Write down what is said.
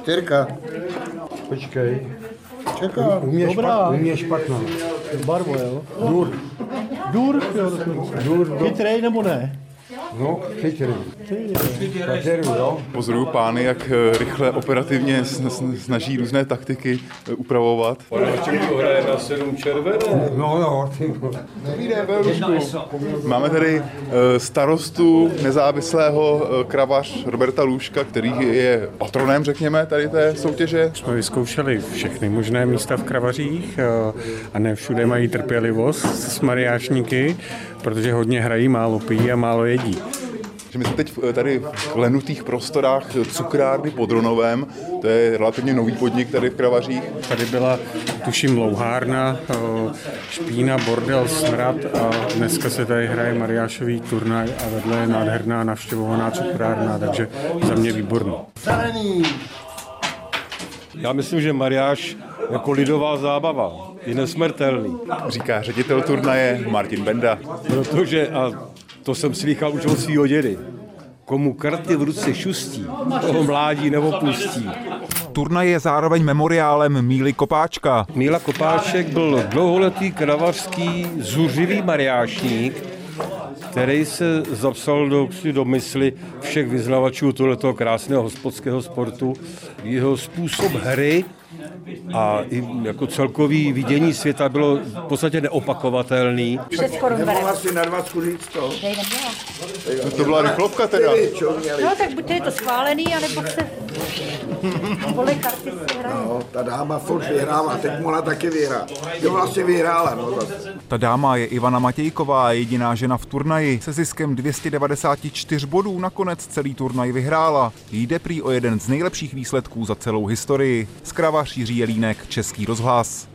Čtyřka. Počkej. Čeká. U mě, Dobrá. špat, u mě špatná. Barvo, jo. Dur. Důr, jo, dokonce. Dur, do, Chytrej nebo ne? no, chytrý. Chytrý, jo. Pozoruju pány, jak eh, rychle, operativně sn- sn- snaží různé taktiky eh, upravovat. Konáček hraje na sedm červené. No, jo, ty. Máme tady eh, starostu nezávislého eh, kravař Roberta Lůžka, který je patronem, řekněme, tady té soutěže. Jsme vyzkoušeli všechny možné místa v Kravařích eh, a ne všude mají trpělivost s mariášníky, protože hodně hrají, málo pijí a málo jedí. Že my jsme teď eh, tady v klenutých prostorách cukrárny pod Ronovem, to je relativně nový podnik tady v Kravařích. Tady byla, tuším, louhárna, eh, špína, bordel, smrad a dneska se tady hraje mariášový turnaj a vedle je nádherná navštěvovaná cukrárna, takže za mě výborný. Zelený. Já myslím, že mariáš jako lidová zábava je nesmrtelný, Říká ředitel turnaje Martin Benda. protože, a to jsem slychal už od svého dědy, komu karty v ruce šustí, toho mládí nebo pustí. Turnaj je zároveň memoriálem Míly Kopáčka. Míla Kopáček byl dlouholetý kravařský zuřivý mariášník, který se zapsal do, do mysli všech vyznavačů tohoto krásného hospodského sportu. Jeho způsob hry a i jako celkový vidění světa bylo v podstatě neopakovatelný. Přes korun bere. Asi na dvacku říct to. No To, to byla rychlovka teda. Čo měli? No tak buď je to schválený, anebo se podle karty si hraje. No, ta dáma furt vyhrává, teď ona taky vyhrá. Jo, vlastně vyhrála, no. zase. Ta dáma je Ivana Matějková, jediná žena v turnaji. Se ziskem 294 bodů nakonec celý turnaj vyhrála. Jde prý o jeden z nejlepších výsledků za celou historii. Z kravaří Jelínek, Český rozhlas.